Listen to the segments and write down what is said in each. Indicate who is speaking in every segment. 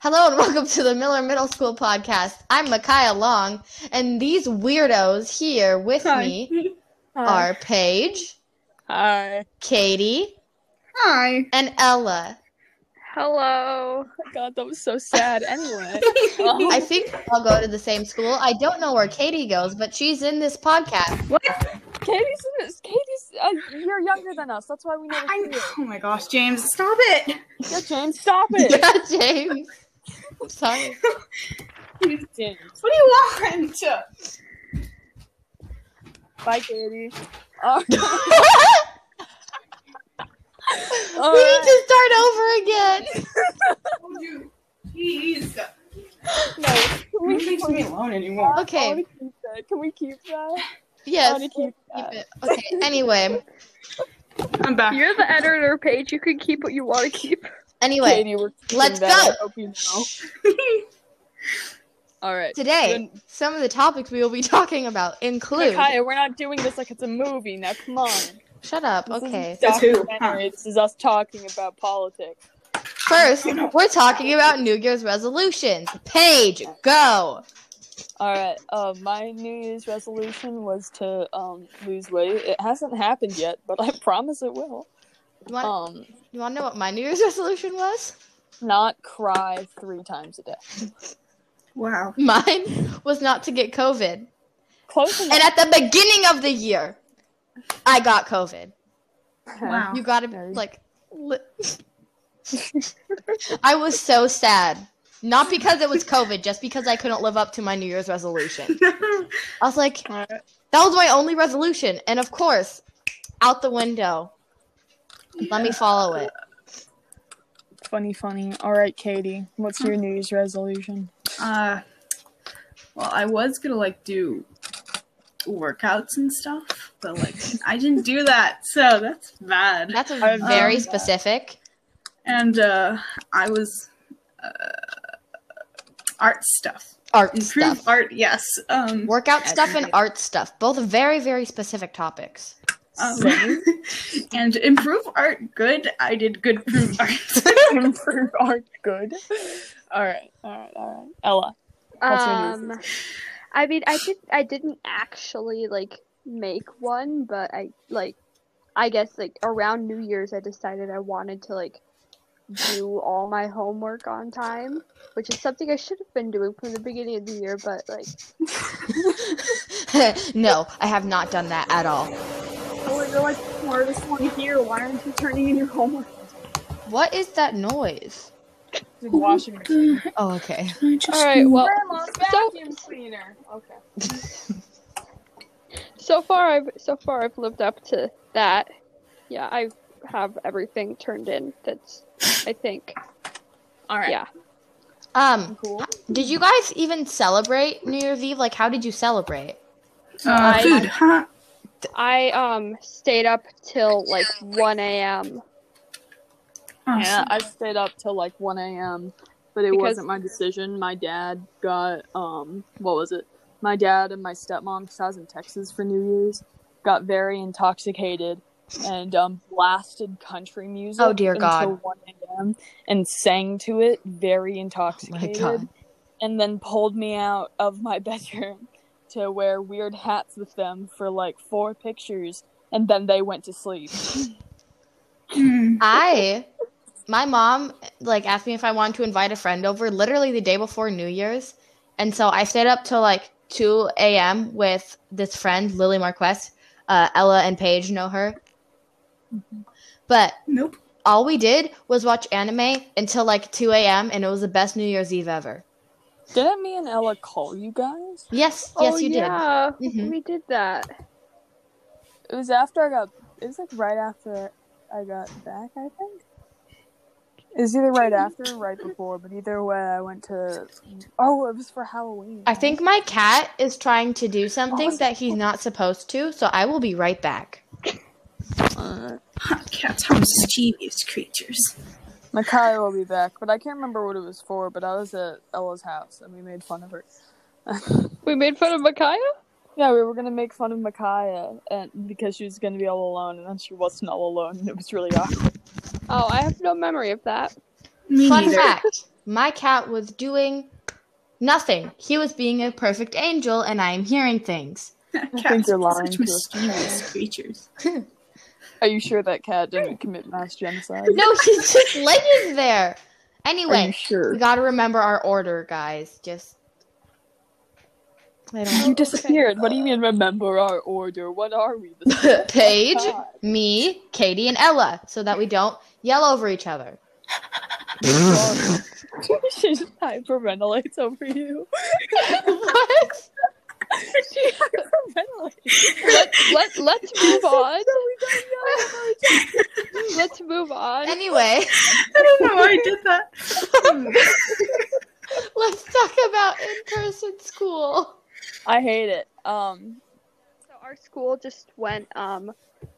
Speaker 1: Hello and welcome to the Miller Middle School podcast. I'm Micaiah Long, and these weirdos here with me are Paige,
Speaker 2: Hi. Oh
Speaker 1: Katie,
Speaker 3: Hi.
Speaker 1: and Ella.
Speaker 3: Hello.
Speaker 2: God, that was so sad. Anyway,
Speaker 1: I think we all go to the same school. I don't know where Katie goes, but she's in this podcast.
Speaker 2: Katie's Katie's a year younger than us. That's why we never
Speaker 3: I'm,
Speaker 2: see it.
Speaker 3: oh my gosh, James, stop it.
Speaker 2: Yeah, James, stop it.
Speaker 1: Yeah, James. I'm sorry.
Speaker 2: James.
Speaker 3: What do you want?
Speaker 2: Bye, Katie. Uh, All right.
Speaker 1: we
Speaker 2: uh,
Speaker 1: need to start over again.
Speaker 3: Jeez.
Speaker 2: No, can
Speaker 3: No
Speaker 2: we
Speaker 3: one leaves me alone anymore.
Speaker 1: Okay.
Speaker 2: I wanna keep that. Can we keep that? I
Speaker 1: Yes.
Speaker 2: wanna keep
Speaker 1: keep
Speaker 2: that.
Speaker 1: it. Okay. Anyway.
Speaker 3: I'm back.
Speaker 4: You're the editor, Paige. You can keep what you want to keep.
Speaker 1: Anyway.
Speaker 2: Katie, we're keeping
Speaker 1: let's
Speaker 2: that.
Speaker 1: go.
Speaker 2: I hope you know. All right.
Speaker 1: Today, some of the topics we will be talking about include.
Speaker 2: Kaya, we're not doing this like it's a movie. Now, come on.
Speaker 1: Shut up.
Speaker 2: This isn't
Speaker 1: Okay.
Speaker 3: Says who?
Speaker 2: documentary, This is us talking about politics.
Speaker 1: First, we're talking about New Year's resolutions. Paige, go.
Speaker 2: All right. Uh, my New Year's resolution was to um, lose weight. It hasn't happened yet, but I promise it will.
Speaker 1: You want,
Speaker 2: Um,
Speaker 1: you want to know what my New Year's resolution was?
Speaker 2: not cry three times a day.
Speaker 3: Wow.
Speaker 1: Mine was not to get COVID. And
Speaker 2: Close enough.
Speaker 1: at the beginning of the year, I got COVID.
Speaker 3: Wow.
Speaker 1: You got to
Speaker 2: Nerd.
Speaker 1: like. Li- I was so sad. Not because it was COVID, just because I couldn't live up to my New Year's resolution. I was like,
Speaker 2: Alright.
Speaker 1: that was my only resolution. And of course, out the window. Let me follow it.
Speaker 2: Funny, funny. All right, Katie, what's your New Year's resolution?
Speaker 3: Uh, well, I was gonna like do workouts and stuff, but like I didn't do that, so that's bad.
Speaker 1: That's a
Speaker 2: I've
Speaker 1: very
Speaker 3: done
Speaker 2: that.
Speaker 1: specific.
Speaker 3: And uh, I was uh, art stuff,
Speaker 1: Art
Speaker 3: improve
Speaker 1: stuff.
Speaker 3: art. Yes. Um.
Speaker 1: Workout stuff and art stuff. Both very, very specific topics.
Speaker 3: Um,
Speaker 2: Same.
Speaker 3: and improve art good. I did good improve art.
Speaker 2: Improve art good. All right, all right, all right. Ella, What's your
Speaker 4: Um, I mean, I did. I didn't actually like make one, but I like. I guess like around New Year's, I decided I wanted to like do all my homework on time, which is something I should have been doing from the beginning of the year. But like,
Speaker 1: no, I have not done that at all.
Speaker 4: oh, you're like smartest one here. Why aren't you turning in your homework?
Speaker 1: What is that noise?
Speaker 2: did washing machine.
Speaker 1: Oh, okay.
Speaker 2: All right, well,
Speaker 4: So
Speaker 2: cleaner. Okay.
Speaker 4: so far i've so far i've lived up to that yeah i have everything turned in that's i think
Speaker 2: All right.
Speaker 4: yeah
Speaker 1: Um,
Speaker 2: Cool.
Speaker 1: did you guys even celebrate New Year's Eve? Like, how did you celebrate?
Speaker 3: Uh,
Speaker 4: I-
Speaker 3: food, huh?
Speaker 4: i um stayed up till like 1 a.m
Speaker 3: Awesome.
Speaker 2: Yeah, I stayed up till like 1 a.m., but it
Speaker 4: Because-
Speaker 2: wasn't my decision. My dad got, um, what was it? My dad and my stepmom, because I was in Texas for New Year's, got very intoxicated and um, blasted country music.
Speaker 1: Oh, dear God. Oh,
Speaker 2: Until 1 a.m. and sang to it, very
Speaker 1: my
Speaker 2: intoxicated.
Speaker 1: God.
Speaker 2: And then pulled me out of my bedroom to wear weird hats with them for like four pictures, and then they went to sleep.
Speaker 3: Mm.
Speaker 1: I, my mom, like asked me if I wanted to invite a friend over literally the day before New Year's, and so I stayed up till like two a.m. with this friend Lily Marquez. Uh, Ella and Paige know her,
Speaker 4: Mm-hmm.
Speaker 1: but
Speaker 3: Nope.
Speaker 1: all we did was watch anime until like two a.m. and it was the best New Year's Eve ever.
Speaker 2: Didn't me and Ella call you guys?
Speaker 1: Yes, yes,
Speaker 4: oh,
Speaker 1: you
Speaker 4: yeah
Speaker 1: Mhm.
Speaker 4: we did that
Speaker 2: It was after I got. It was like right after I got back. I think. It was either right after or right before, but either way, I went to. Oh, it was for Halloween.
Speaker 1: did. I think my cat is trying to do
Speaker 4: Oh,
Speaker 1: something that he's not supposed to, so I will be right back.
Speaker 2: Uh,
Speaker 3: Cats are mischievous creatures.
Speaker 2: Makai will be back, but I can't remember what it was for. But I was at Ella's house and we made fun of her.
Speaker 4: we made fun of Micaiah?
Speaker 2: Yeah, we were gonna make fun of Micaiah and because she was gonna be all alone, and then she wasn't all alone, and it was really awkward.
Speaker 4: oh i have no memory of that
Speaker 3: Me
Speaker 1: Fun
Speaker 3: neither.
Speaker 1: fact my cat was doing nothing. He was being a perfect angel, and I am hearing things.
Speaker 3: Cats
Speaker 2: you're
Speaker 3: are
Speaker 2: lying
Speaker 3: such
Speaker 2: to us.
Speaker 3: mysterious creatures.
Speaker 2: Are you sure that cat didn't commit mass genocide?
Speaker 1: No, he's just laying there.
Speaker 2: Are you
Speaker 1: Anyway,
Speaker 2: sure?
Speaker 1: we gotta remember our order, guys. Just. I
Speaker 2: You
Speaker 1: don't
Speaker 2: disappeared. What do you mean, remember our order? What are we?
Speaker 1: know.
Speaker 2: The
Speaker 1: Paige,
Speaker 2: God.
Speaker 1: me, Katie, and Ella, so that we don't yell over each other.
Speaker 2: she just hyperventilates over you.
Speaker 1: what?
Speaker 2: She hyperventilates.
Speaker 4: Let, let, let's move on. let's move on.
Speaker 1: Anyway,
Speaker 3: I don't know why I did that.
Speaker 1: let's talk about in-person school.
Speaker 2: I hate it. Um,
Speaker 4: So our school just went um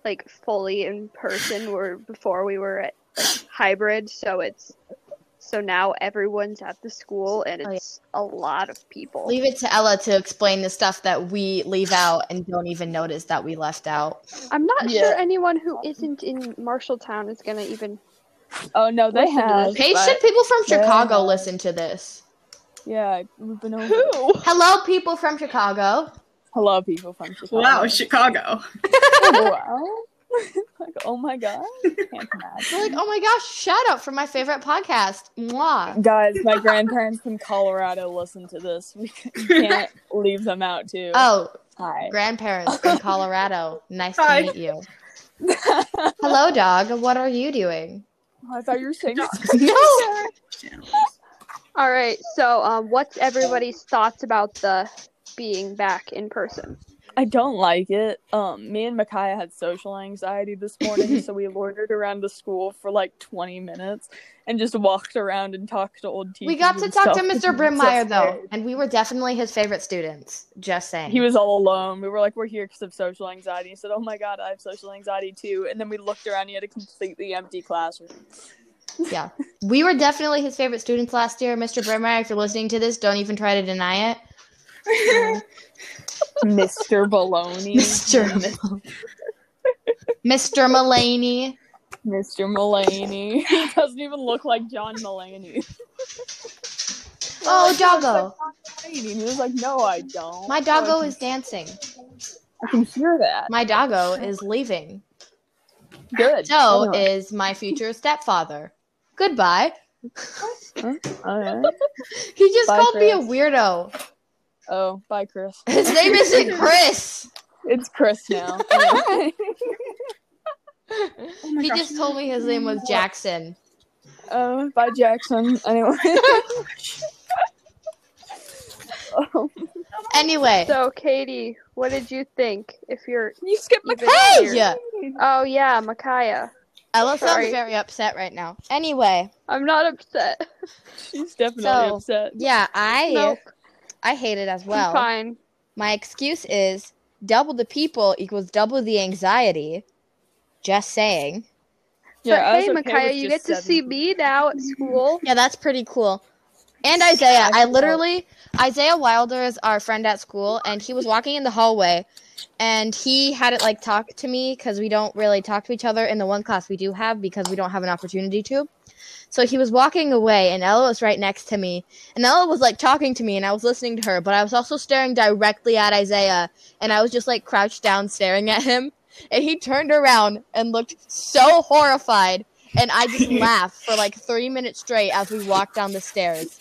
Speaker 4: like fully in person where before we were at like, hybrid, so it's so now everyone's at the school and
Speaker 1: Oh, yeah.
Speaker 4: it's a lot of people.
Speaker 1: Leave it to Ella to explain the stuff that we leave out and don't even notice that we left out.
Speaker 4: I'm not
Speaker 2: Yeah.
Speaker 4: sure anyone who isn't in Marshalltown is gonna even
Speaker 2: oh no, they
Speaker 4: Listen to
Speaker 2: have.
Speaker 1: Patient people from Chicago
Speaker 2: Yeah.
Speaker 1: listen to this.
Speaker 2: but- Yeah, we've been over.
Speaker 4: Who?
Speaker 1: Hello, people from Chicago.
Speaker 2: Hello, people from Chicago. oh,
Speaker 3: wow, Chicago.
Speaker 2: wow. like, oh my god, can't imagine.
Speaker 1: They're like, oh my gosh, shout out for my favorite podcast. Mwah.
Speaker 2: Guys, my grandparents from Colorado listen to this. We can't leave them out too.
Speaker 1: Oh,
Speaker 2: hi.
Speaker 1: grandparents in Colorado. Nice to
Speaker 3: Hi.
Speaker 1: meet you.
Speaker 2: oh,
Speaker 1: Hello, dog. What are you doing?
Speaker 2: I thought you were saying.
Speaker 1: No.
Speaker 4: All right, so um, what's everybody's thoughts about the being back in person?
Speaker 2: I don't like it. Um, me and Micaiah had social anxiety this morning, so we loitered around the school for like 20 minutes and just walked around and talked to old teachers.
Speaker 1: We got to
Speaker 2: and
Speaker 1: talk to
Speaker 2: stuff.
Speaker 1: Mr.
Speaker 2: So
Speaker 1: Brimmeyer, though,
Speaker 2: scared.
Speaker 1: and we were definitely his favorite students. Just saying.
Speaker 2: He was all alone. We were like, "We're here because of social anxiety." He said, "Oh my god, I have social anxiety too." And then we looked around. He had a completely empty classroom.
Speaker 1: Yeah. We were definitely his favorite students last year. Mr. Brimmeyer, if you're listening to this, don't even try to deny it.
Speaker 3: Oh
Speaker 2: Mr. Baloney,
Speaker 1: Mr. Mr. Mullaney.
Speaker 2: Mr. Mulaney. He doesn't even look like John Mulaney.
Speaker 1: Oh, doggo.
Speaker 2: He was like, "No, I don't."
Speaker 1: My doggo is dancing.
Speaker 2: I can hear that.
Speaker 1: My doggo is leaving.
Speaker 2: Good.
Speaker 1: Joe
Speaker 2: Anyway.
Speaker 1: is my future stepfather. Goodbye.
Speaker 2: All right.
Speaker 1: He just
Speaker 2: Bye,
Speaker 1: called me a
Speaker 2: Chris.
Speaker 1: weirdo.
Speaker 2: Oh, bye, Chris.
Speaker 1: His name isn't Chris.
Speaker 2: It's Chris now.
Speaker 3: Oh my
Speaker 1: he
Speaker 3: gosh.
Speaker 1: just told me his name was Jackson.
Speaker 2: um, bye, Jackson. Anyway. um,
Speaker 1: Anyway.
Speaker 4: So, Katie, what did you think? If you're
Speaker 2: you skipped
Speaker 4: Even
Speaker 1: hey!
Speaker 4: here. oh yeah, Micaiah.
Speaker 1: Ella sounds
Speaker 4: Sorry.
Speaker 1: very upset right now. Anyway.
Speaker 4: I'm not upset.
Speaker 2: She's definitely
Speaker 1: So-
Speaker 2: upset.
Speaker 1: Yeah, I
Speaker 4: nope,
Speaker 1: I hate it as
Speaker 4: I'm
Speaker 1: well.
Speaker 4: fine.
Speaker 1: My excuse is double the people equals double the anxiety. Just saying.
Speaker 2: Yeah, I
Speaker 4: but
Speaker 2: was
Speaker 4: hey,
Speaker 2: okay
Speaker 4: Micaiah,
Speaker 2: with
Speaker 4: you get
Speaker 2: just
Speaker 4: to see
Speaker 2: seven.
Speaker 4: me now at school.
Speaker 1: Yeah, that's pretty cool. And Isaiah, I literally Isaiah Wilder is our friend at school, and he was walking in the hallway, and he had it like talk to me because we don't really talk to each other in the one class we do have because we don't have an opportunity to. So he was walking away, and Ella was right next to me, and Ella was like talking to me, and I was listening to her, but I was also staring directly at Isaiah, and I was just like crouched down staring at him, and he turned around and looked so horrified. And I just laughed for like three minutes straight as we walked down the stairs.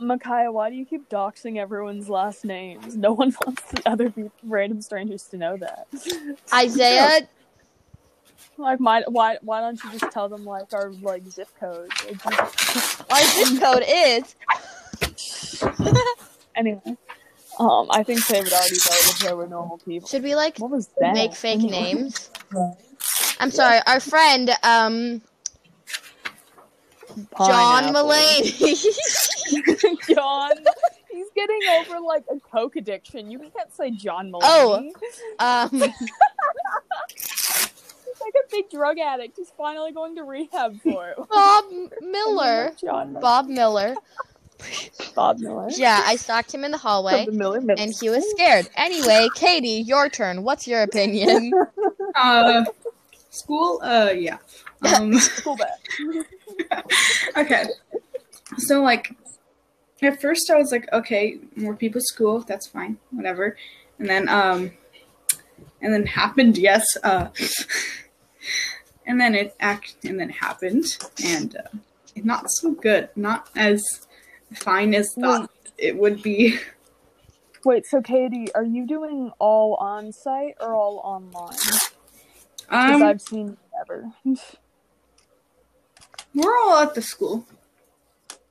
Speaker 2: Micaiah, why do you keep doxing everyone's last names? No one wants the other peop random strangers to know that.
Speaker 1: Isaiah,
Speaker 2: Like, my, why why don't you just tell them like our like zip codes? Like,
Speaker 1: our zip code is.
Speaker 2: anyway, um, I think they would already know if they were normal people.
Speaker 1: Should we like
Speaker 2: What was that?
Speaker 1: make fake
Speaker 2: Anyway.
Speaker 1: names?
Speaker 2: Yeah.
Speaker 1: I'm sorry, our friend um John
Speaker 2: Pineapple.
Speaker 1: Mulaney.
Speaker 2: John. He's getting over like a coke addiction. You can't say John Mulaney.
Speaker 1: Oh.
Speaker 2: he's
Speaker 1: um,
Speaker 2: like a big drug addict. He's finally going to rehab for it.
Speaker 1: Bob Miller.
Speaker 2: John
Speaker 1: Bob Miller.
Speaker 2: Bob Miller.
Speaker 1: Yeah, I stalked him in the hallway,
Speaker 2: Of the Miller
Speaker 1: and
Speaker 2: Mystery.
Speaker 1: he was scared. Anyway, Katie, your turn. What's your opinion?
Speaker 3: Uh, school? Uh, yeah. Um,
Speaker 2: School bag.
Speaker 3: okay. So like at first I was like, okay, more people at school, that's fine, whatever. And then um and then happened, yes, uh and then it act and then it happened and uh, not so good, not as fine as thought it would be.
Speaker 2: Wait, so Katie, are you doing all on site or all online? Because
Speaker 3: Um
Speaker 2: I've seen never.
Speaker 3: we're all at the school.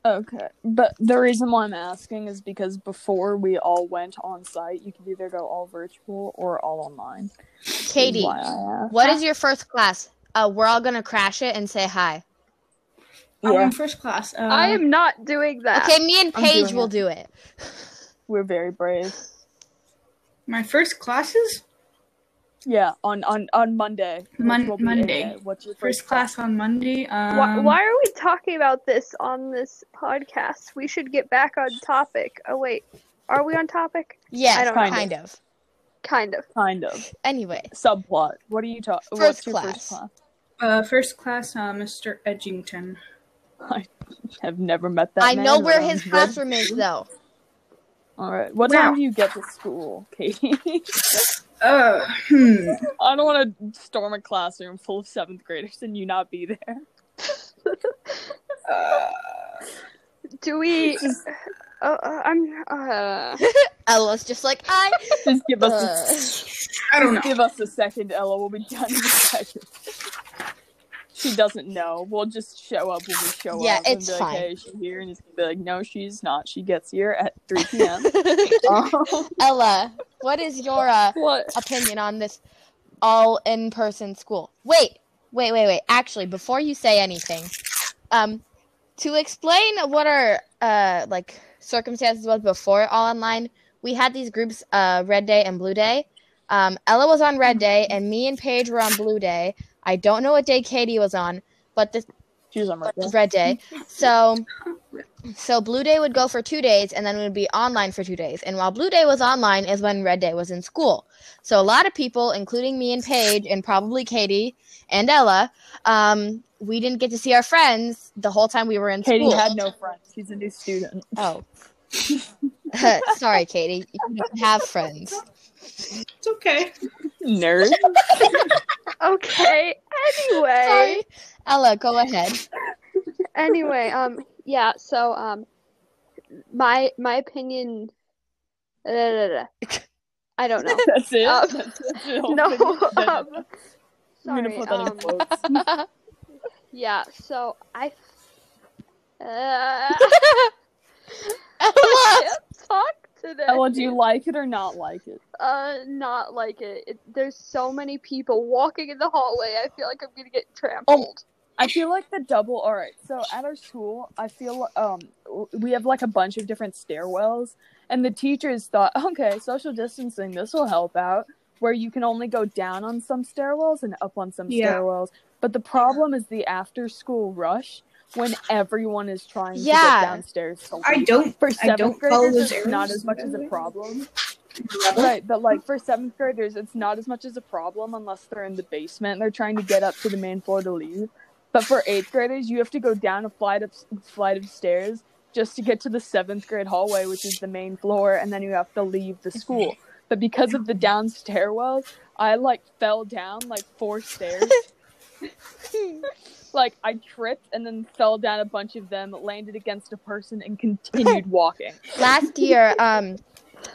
Speaker 2: Okay, but the reason why I'm asking is because before we all went on site, you could either go all virtual or all online.
Speaker 1: Katie,
Speaker 2: Why I asked.
Speaker 1: what is your first class? Uh, we're all gonna crash it and say hi.
Speaker 3: I'm
Speaker 2: Yeah,
Speaker 3: in first class. Um,
Speaker 4: I am not doing that.
Speaker 1: Okay, me and
Speaker 2: I'm
Speaker 1: Paige
Speaker 2: doing
Speaker 1: will
Speaker 2: it.
Speaker 1: do it.
Speaker 2: we're very brave.
Speaker 3: my first classes
Speaker 2: Yeah, on on on Monday. which
Speaker 3: Mon-
Speaker 2: will be
Speaker 3: Monday.
Speaker 2: AA. What's your
Speaker 3: first class on Monday. Um,
Speaker 4: Why, why are we talking about this on this podcast? We should get back on topic. Oh wait, are we on topic?
Speaker 1: Yes,
Speaker 4: I don't
Speaker 1: kind,
Speaker 2: know.
Speaker 1: of.
Speaker 4: Kind of.
Speaker 2: Kind of
Speaker 1: Anyway,
Speaker 2: subplot. What are you talking?
Speaker 1: First
Speaker 2: What's your
Speaker 1: class.
Speaker 2: first class?
Speaker 3: Uh, first class, uh, Mr. Edgington.
Speaker 2: I've never met that.
Speaker 1: I
Speaker 2: man,
Speaker 1: know
Speaker 2: but
Speaker 1: where
Speaker 2: I'm
Speaker 1: his
Speaker 2: good.
Speaker 1: classroom is though.
Speaker 2: All right. What
Speaker 3: Wow.
Speaker 2: time do you get to school, Katie?
Speaker 3: Uh, hmm.
Speaker 2: I don't want to storm a classroom full of seventh graders and you not be there.
Speaker 3: Uh,
Speaker 4: Do we? Uh, uh, I'm. Uh,
Speaker 1: Ella's just like I.
Speaker 2: Just give us,
Speaker 1: Uh,
Speaker 2: a,
Speaker 3: I don't know.
Speaker 2: give us a second, Ella. We'll be done in a second. She doesn't know. We'll just show up when we show
Speaker 1: Yeah,
Speaker 2: up. and
Speaker 1: it's
Speaker 2: be like,
Speaker 1: fine.
Speaker 2: Hey, is she here? And it's gonna be like, no, she's not. She gets here at 3 p.m. Um,
Speaker 1: Ella, what is your uh,
Speaker 4: what?
Speaker 1: opinion on this all in person school. Wait, wait, wait, wait. Actually, before you say anything, um, to explain what our uh like circumstances was before all online, we had these groups, uh, red day and blue day. Um, Ella was on red day, and me and Paige were on blue day. I don't know what day Katie was on, but the
Speaker 2: she was on my desk.
Speaker 1: red day. So so blue day would go for 2 days and then we would be online for 2 days. And while blue day was online is when red day was in school. So a lot of people including me and Paige and probably Katie and Ella um we didn't get to see our friends the whole time we were in
Speaker 2: Katie
Speaker 1: school.
Speaker 2: had no friends. She's a new student.
Speaker 1: oh. Sorry, Katie. You don't have friends.
Speaker 3: It's okay.
Speaker 2: Nerd.
Speaker 4: Okay. Anyway.
Speaker 1: Sorry. Ella, go ahead.
Speaker 4: anyway, um, yeah. So, um, my my opinion. uh, da, da, da, da. I don't know.
Speaker 2: That's it.
Speaker 4: Um,
Speaker 2: That's, that's it.
Speaker 4: no.
Speaker 2: I'm
Speaker 4: Um,
Speaker 2: gonna
Speaker 4: sorry.
Speaker 2: put that in
Speaker 4: Um,
Speaker 2: quotes.
Speaker 4: yeah. So I. Uh,
Speaker 1: Ella,
Speaker 4: can't talk today.
Speaker 2: Ella, do you like it or not like it?
Speaker 4: Uh, not like it. it. There's so many people walking in the hallway. I feel like I'm gonna get trampled.
Speaker 2: I feel like the double. All right, so at our school, I feel um w- we have like a bunch of different stairwells, and the teachers thought, okay, social distancing, this will help out. Where you can only go down on some stairwells and up on some
Speaker 3: Yeah.
Speaker 2: stairwells, but the problem is the after-school rush when everyone is trying
Speaker 1: Yeah.
Speaker 2: to get downstairs. to
Speaker 3: I
Speaker 2: leave.
Speaker 3: don't.
Speaker 2: for
Speaker 3: I
Speaker 2: seventh
Speaker 3: don't follow
Speaker 2: graders,
Speaker 3: those
Speaker 2: it's not
Speaker 3: errors.
Speaker 2: as much as a problem. Right, but like for seventh graders, it's not as much as a problem unless they're in the basement. and They're trying to get up to the main floor to leave. But for eighth graders, you have to go down a flight of flight of stairs just to get to the seventh grade hallway, which is the main floor, and then you have to leave the school. But because of the down stairwells, I like fell down like four stairs. like I tripped and then fell down a bunch of them, landed against a person, and continued walking.
Speaker 1: last year, um,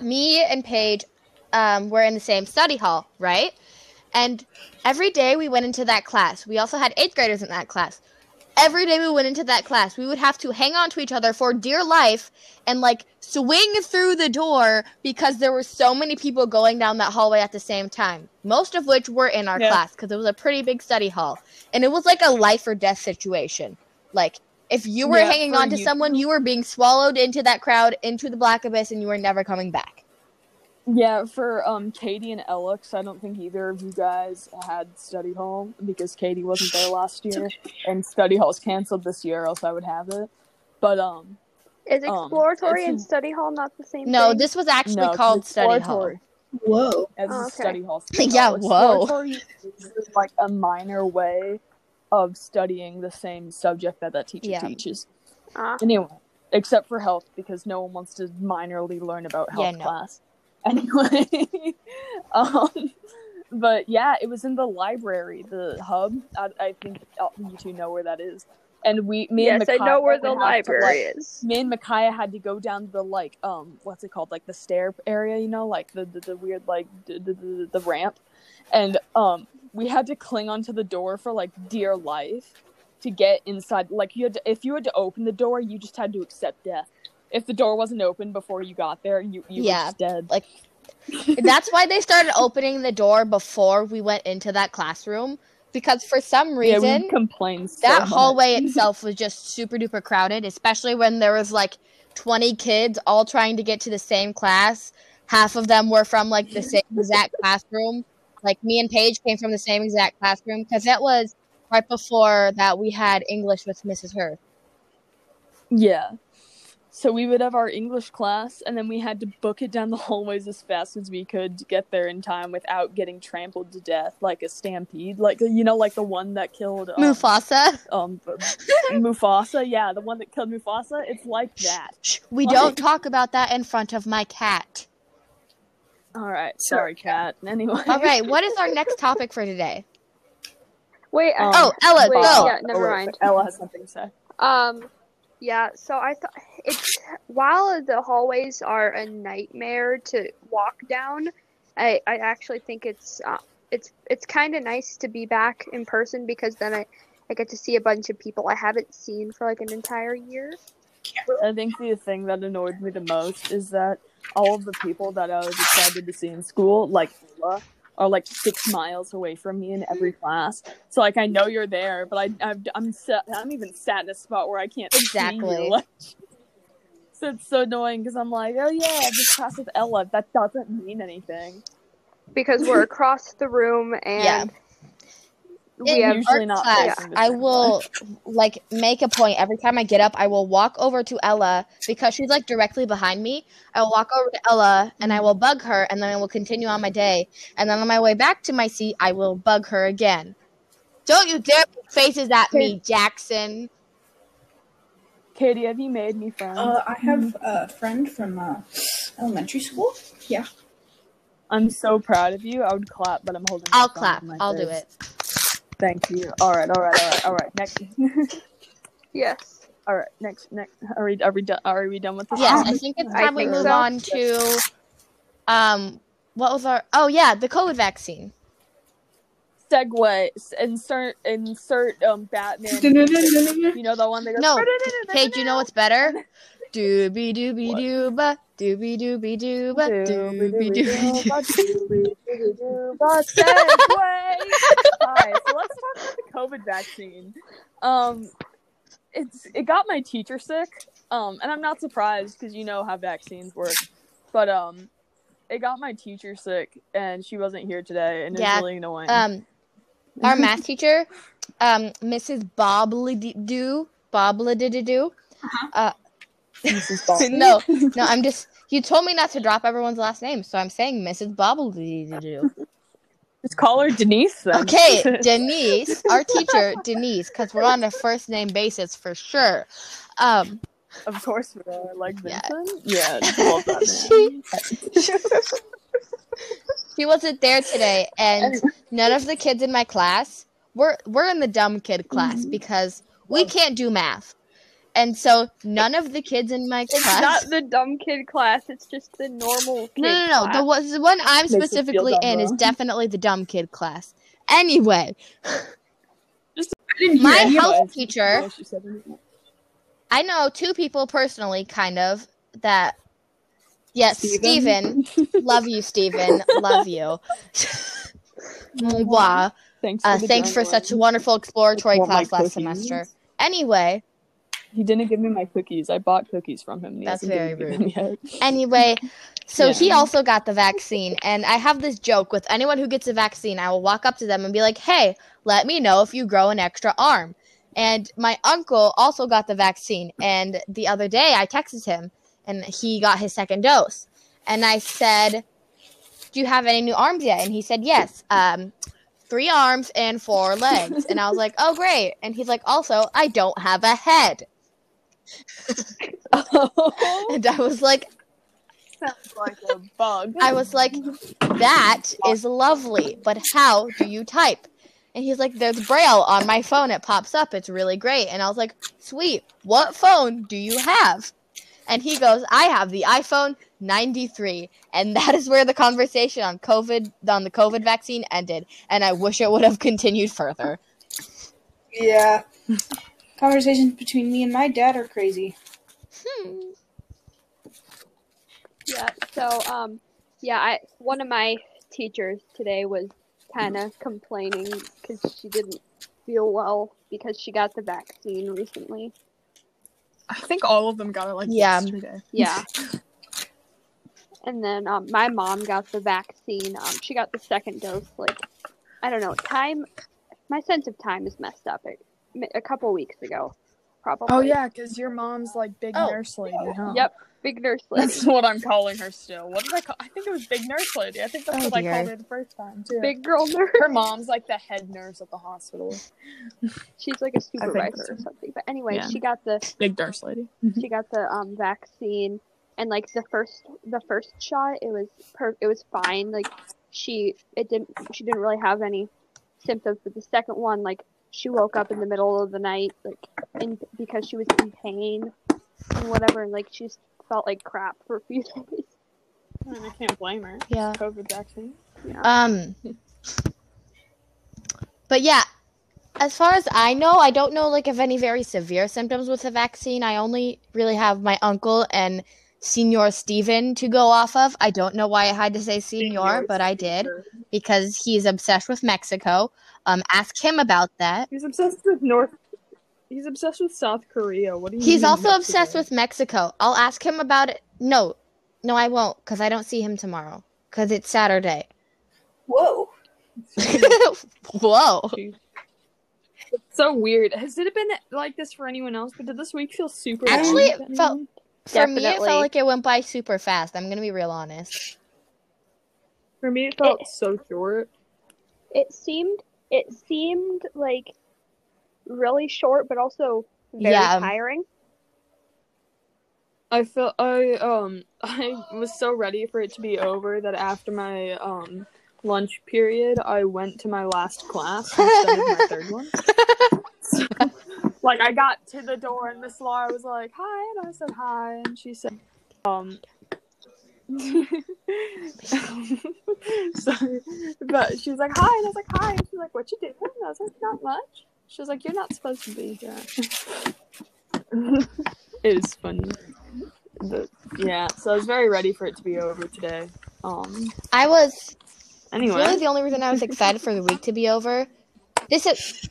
Speaker 1: me and Paige um, were in the same study hall, right? And every day we went into that class. We also had eighth graders in that class. Every day we went into that class, we would have to hang on to each other for dear life and like swing through the door because there were so many people going down that hallway at the same time. Most of which were in our
Speaker 2: Yeah.
Speaker 1: class because it was a pretty big study hall. And it was like a life or death situation. Like if you were
Speaker 2: Yeah,
Speaker 1: hanging
Speaker 2: for
Speaker 1: on to
Speaker 2: you.
Speaker 1: someone, you were being swallowed into that crowd, into the black abyss, and you were never coming back.
Speaker 2: Yeah, for um Katie and Alex, I don't think either of you guys had study hall because Katie wasn't there last year, and study hall's canceled this year, or else I would have it. But um,
Speaker 4: Is
Speaker 2: Um,
Speaker 4: exploratory
Speaker 2: it's-
Speaker 4: and study hall not the same
Speaker 1: No,
Speaker 4: thing?
Speaker 1: this was actually
Speaker 2: no, it's
Speaker 1: called study hall.
Speaker 2: exploratory.
Speaker 3: Whoa.
Speaker 2: It's
Speaker 4: Oh,
Speaker 2: a
Speaker 4: okay.
Speaker 2: study hall.
Speaker 1: Yeah, whoa.
Speaker 2: Exploratory is like a minor way of studying the same subject that that teacher
Speaker 1: Yeah.
Speaker 2: teaches.
Speaker 4: Ah.
Speaker 2: Anyway, except for health because no one wants to minorly learn about health
Speaker 1: Yeah, no.
Speaker 2: class. Anyway, um, but yeah, it was in the library, the hub. I, I think uh, you two know where that is. And we, me and
Speaker 4: yes, I
Speaker 2: Micaiah
Speaker 4: know where
Speaker 2: would
Speaker 4: the
Speaker 2: have to,
Speaker 4: library
Speaker 2: like-
Speaker 4: is.
Speaker 2: me and Micaiah had to go down the like um what's it called like the stair area you know like the the, the weird like the, the, the, the ramp and um we had to cling onto the door for like dear life to get inside like you had to, if you had to open the door you just had to accept death if the door wasn't open before you got there you you
Speaker 1: Yeah.
Speaker 2: were just dead
Speaker 1: Like, That's why they started opening the door before we went into that classroom because for some
Speaker 2: yeah,
Speaker 1: reason
Speaker 2: we complained so
Speaker 1: that
Speaker 2: much.
Speaker 1: hallway itself was just super duper crowded, especially when there was like 20 kids all trying to get to the same class. Half of them were from like the same exact classroom. Like me and Paige came from the same exact classroom because that was right before that we had English with Mrs. Hurst.
Speaker 2: Yeah. So we would have our English class, and then we had to book it down the hallways as fast as we could to get there in time without getting trampled to death like a stampede, like you know, like the one that killed um,
Speaker 1: Mufasa.
Speaker 2: Um, Mufasa, yeah, the one that killed Mufasa. It's like that.
Speaker 1: Shh, we
Speaker 2: Why?
Speaker 1: don't talk about that in front of my cat.
Speaker 2: All right, sorry, cat. Anyway,
Speaker 1: All right, what is our next topic for today?
Speaker 4: Wait, I-
Speaker 2: Um,
Speaker 1: Oh, Ella,
Speaker 4: Wait,
Speaker 1: go.
Speaker 4: yeah, never
Speaker 2: wait,
Speaker 4: mind.
Speaker 2: Ella has something to say.
Speaker 4: Um, yeah. So I thought it's while the hallways are a nightmare to walk down, I I actually think it's uh, it's it's kind of nice to be back in person because then I I get to see a bunch of people I haven't seen for like an entire year.
Speaker 2: I think the thing that annoyed me the most is that all of the people that I was excited to see in school, like Ella, are like six miles away from me in every class. So like I know you're there, but I I've, I'm sat, I'm even sat in a spot where I can't See
Speaker 1: Exactly.
Speaker 2: you. Like, so it's so annoying because I'm like, oh yeah, this class with Ella, that doesn't mean anything.
Speaker 4: because we're across the room and
Speaker 1: Yeah.
Speaker 4: we
Speaker 1: Yeah,
Speaker 4: have
Speaker 2: usually
Speaker 1: art
Speaker 2: not
Speaker 1: class,
Speaker 2: facing the
Speaker 1: I
Speaker 2: same
Speaker 1: will like make a point every time I get up. I will walk over to Ella because she's like directly behind me. I will walk over to Ella and I will bug her, and then I will continue on my day. And then on my way back to my seat, I will bug her again. Don't you dare put faces at me, Jackson.
Speaker 2: Katie, have you made me friends?
Speaker 3: Uh, I have a friend from uh, elementary school. Yeah.
Speaker 2: I'm so proud of you. I would clap, but I'm holding. my
Speaker 1: I'll
Speaker 2: phone to
Speaker 1: clap.
Speaker 2: my
Speaker 1: I'll do
Speaker 2: face.
Speaker 1: it.
Speaker 2: Thank you. All right. All right. All right. All right. Next.
Speaker 4: yes
Speaker 2: All right, next, next. Are we are we done? Are we done with this?
Speaker 1: Yes, I
Speaker 2: topic?
Speaker 1: think it's
Speaker 4: I
Speaker 1: time we
Speaker 4: think
Speaker 1: move
Speaker 4: so.
Speaker 1: on to um, what was our? Oh yeah, the COVID vaccine.
Speaker 2: Segue. s- Insert. Insert. Um. Batman. you
Speaker 3: Dun-dun-dun-dun-dun.
Speaker 2: know the one that goes.
Speaker 1: No, Paige, you know what's better? Doobie doobie
Speaker 2: What?
Speaker 1: dooba, doobie doobie dooba, doobie doobie doo.
Speaker 2: But segue. Hi. So let's talk about the COVID vaccine. Um, it's it got my teacher sick. Um, and I'm not surprised because you know how vaccines work. But um, it got my teacher sick, and she wasn't here today, and
Speaker 1: Yeah,
Speaker 2: it's really annoying.
Speaker 1: Um, our math teacher, um, Mrs. Boblidoo, Boblididoo.
Speaker 2: Mrs. Baldwin.
Speaker 1: No, no, I'm just. You told me not to drop everyone's last name, so I'm saying Mrs. Boblididoo.
Speaker 2: Just call her Denise then.
Speaker 1: Okay, Denise, our teacher, Denise, because we're on a first name basis for sure. Um,
Speaker 2: of course we are. Like
Speaker 1: Yeah.
Speaker 2: Vincent? Yeah. love that
Speaker 1: she, she wasn't there today, and none of the kids in my class we're we're in the dumb kid class
Speaker 4: Mm-hmm.
Speaker 1: because we can't do math, and so none of the kids in my
Speaker 4: it's
Speaker 1: class.
Speaker 4: not the dumb kid class it's just the normal kid
Speaker 1: no, no, no.
Speaker 4: class.
Speaker 1: The, one- the one I'm
Speaker 2: feel
Speaker 1: specifically in is
Speaker 2: dumber.
Speaker 1: definitely the dumb kid class. Anyway,
Speaker 3: I didn't hear
Speaker 1: my
Speaker 3: any of
Speaker 1: health
Speaker 2: Anyways.
Speaker 1: teacher.
Speaker 2: Yeah, she said it.
Speaker 1: I know two people personally, kind of, that. Yes, Steven.
Speaker 2: Steven?
Speaker 1: love you, Steven. love you. Mwah.
Speaker 2: Thanks
Speaker 1: Uh,
Speaker 2: for, the
Speaker 1: thanks for
Speaker 2: journal.
Speaker 1: such a wonderful exploratory
Speaker 2: Want my
Speaker 1: class last
Speaker 2: cookies?
Speaker 1: semester. Anyway,
Speaker 2: He didn't give me my cookies. I bought cookies from him. He
Speaker 1: That's
Speaker 2: hasn't
Speaker 1: very
Speaker 2: given me them yet.
Speaker 1: anyway, so he
Speaker 2: Yeah.
Speaker 1: also got the vaccine, and I have this joke with anyone who gets a vaccine. I will walk up to them and be like, "Hey, let me know if you grow an extra arm." And my uncle also got the vaccine, and the other day I texted him, and he got his second dose, and I said, "Do you have any new arms yet?" And he said, "Yes, um, three arms and four legs. And I was like, oh, great. And he's like, also, I don't have a head.
Speaker 2: Oh,
Speaker 1: And I was like,
Speaker 2: sounds like a bug.
Speaker 1: I was like, that is lovely, but how do you type? And he's like, there's Braille on my phone. It pops up. It's really great. And I was like, sweet. What phone do you have? And he goes, I have the iPhone 93. And that is where the conversation on COVID, on the COVID vaccine ended. And I wish it would have continued further.
Speaker 3: Yeah. Conversations between me and my dad are crazy.
Speaker 1: Hmm.
Speaker 4: Yeah. So, um, yeah, I one of my teachers today was kind of complaining because she didn't feel well because she got the vaccine recently.
Speaker 2: I think all of them got it like
Speaker 1: Yeah.
Speaker 2: yesterday.
Speaker 4: Yeah. and then um, my mom got the vaccine. Um, she got the second dose. Like, I don't know. Time, my sense of time is messed up. A, a couple weeks ago, probably.
Speaker 2: Oh yeah, because your mom's like big
Speaker 1: Oh.
Speaker 2: nurse lady, huh?
Speaker 4: Yep. Big nurse lady.
Speaker 2: That's what I'm calling her still. What did I call? I think it was big nurse lady. I think that's
Speaker 1: Oh,
Speaker 2: what
Speaker 1: dear.
Speaker 2: I called her the first time too.
Speaker 4: Big girl nurse.
Speaker 2: Her mom's like the head nurse at the hospital.
Speaker 4: She's like a supervisor or
Speaker 2: so.
Speaker 4: something. But anyway,
Speaker 2: Yeah.
Speaker 4: she got the
Speaker 2: Big nurse lady.
Speaker 4: she got the um vaccine and like the first the first shot it was per it was fine like she it didn't she didn't really have any symptoms but the second one like she woke up in the middle of the night like in because she was in pain and whatever and like she just felt like crap for a few days
Speaker 2: I can't blame her.
Speaker 1: Yeah.
Speaker 2: COVID vaccine.
Speaker 1: Um, but yeah, as far as I know, I don't know like of any very severe symptoms with the vaccine. I only really have my uncle and Senior Steven to go off of. I don't know why I had to say senior, but I did because he's obsessed with Mexico. Um, ask him about that.
Speaker 2: He's obsessed with North. He's obsessed with South Korea. What do you?
Speaker 1: He's also obsessed with Mexico. I'll ask him about it. No, no, I won't because I don't see him tomorrow because it's Saturday.
Speaker 3: Whoa.
Speaker 1: Whoa.
Speaker 2: So weird. Has it been like this for anyone else? But did this week feel super? long
Speaker 1: Actually,
Speaker 2: to
Speaker 1: it
Speaker 2: anyone?
Speaker 1: felt- For me, it
Speaker 4: Definitely.
Speaker 1: felt like it went by super fast. I'm gonna be real honest.
Speaker 2: for me it felt so short.
Speaker 4: it seemed it seemed like really short but also very
Speaker 1: Yeah.
Speaker 4: tiring
Speaker 2: I felt I um I was so ready for it to be over that after my um lunch period I went to my last class instead of my third one. So, like I got to the door and Miss Laura was like, "Hi," and I said, "Hi," and she said, "Um." Sorry, but she was like, "Hi," and I was like, "Hi," and she's like, "What you doing?" And I was like, "Not much." She was like, "You're not supposed to be here." it is funny. But, yeah, so I was very ready for it to be over today. Um.
Speaker 1: I was
Speaker 2: Anyway,
Speaker 1: really the only reason I was excited for the week to be over. This is,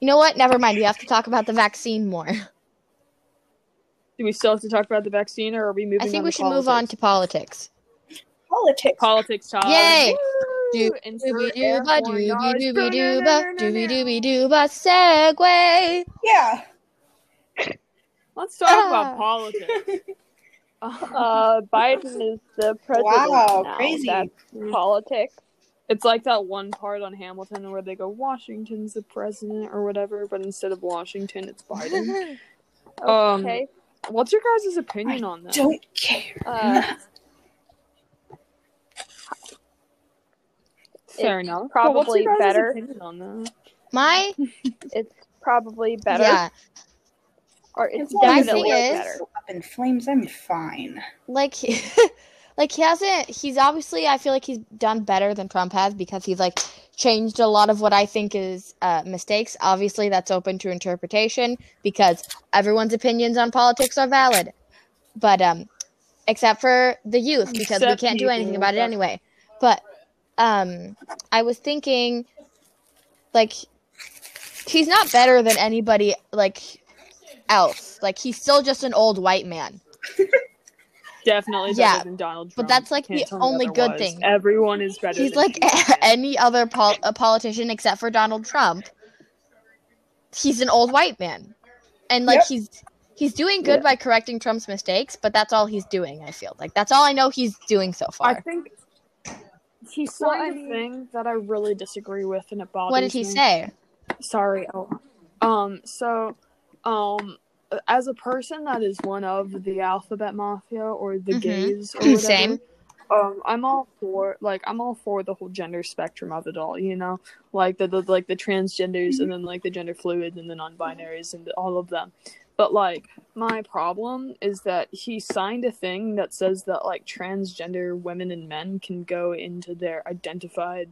Speaker 1: you know what? Never mind. We have to talk about the vaccine more.
Speaker 2: do we still have to talk about the vaccine, or are we moving?
Speaker 1: I think
Speaker 2: on
Speaker 1: we
Speaker 2: to
Speaker 1: should move on
Speaker 2: politics?
Speaker 1: to politics.
Speaker 3: Politics.
Speaker 2: politics talk.
Speaker 1: Yay!
Speaker 2: Woo!
Speaker 1: Do-
Speaker 2: Insert air
Speaker 1: Dooby-dooba,
Speaker 2: horn noise.
Speaker 1: dooby-dooby-dooba, dooby-dooby-dooba, segue.
Speaker 3: yeah.
Speaker 2: Let's talk
Speaker 1: Ah.
Speaker 2: about politics. Uh,
Speaker 4: uh biden is the president
Speaker 3: Wow,
Speaker 4: now.
Speaker 3: crazy.
Speaker 4: That's politics
Speaker 2: it's like that one part on Hamilton where they go, "Washington's the president" or whatever, but instead of Washington, it's Biden. Um,
Speaker 4: Okay.
Speaker 2: What's your guys' opinion on that?
Speaker 3: Don't care.
Speaker 4: uh,
Speaker 2: Fair
Speaker 4: it's
Speaker 2: enough. But what's
Speaker 4: Probably
Speaker 2: your guys'
Speaker 4: better.
Speaker 2: opinion on that?
Speaker 1: My
Speaker 4: It's probably better.
Speaker 1: yeah,
Speaker 4: Or it's
Speaker 3: As long as
Speaker 4: definitely
Speaker 1: the thing is-
Speaker 4: better.
Speaker 3: Up in flames, I'm fine.
Speaker 1: like like he hasn't he's obviously i feel like he's done better than trump has because he's like changed a lot of what i think is uh, mistakes obviously that's open to interpretation because everyone's opinions on politics are valid but um except for the youth because we
Speaker 2: Except
Speaker 1: can't do
Speaker 2: you,
Speaker 1: anything about it
Speaker 2: yeah.
Speaker 1: anyway but um i was thinking like he's not better than anybody like else like he's still just an old white man
Speaker 2: Definitely better
Speaker 1: Yeah,
Speaker 2: than Donald Trump.
Speaker 1: but that's, like,
Speaker 2: Can't
Speaker 1: the
Speaker 2: tell me
Speaker 1: only good
Speaker 2: otherwise.
Speaker 1: thing.
Speaker 2: Everyone is better.
Speaker 1: He's
Speaker 2: than
Speaker 1: like
Speaker 2: you.
Speaker 1: any other pol- a politician except for Donald Trump. He's an old white man, and like
Speaker 3: Yep.
Speaker 1: he's he's doing good by correcting Trump's mistakes, but that's all he's doing. I feel like that's all I know he's doing so far.
Speaker 2: I think he said
Speaker 4: Well, I
Speaker 2: a
Speaker 4: mean-
Speaker 2: thing that I really disagree with, and it bothers me.
Speaker 1: What did he say?
Speaker 2: Sorry. Oh. Um. So, um, as a person that is one of the alphabet mafia or the
Speaker 1: Mhm.
Speaker 2: gays or whatever,
Speaker 1: Same.
Speaker 2: Um, I'm all for like I'm all for the whole gender spectrum of it all. You know, like the, the like the transgenders and then like the gender fluids and the non-binaries and all of them. But like my problem is that he signed a thing that says that like transgender women and men can go into their identified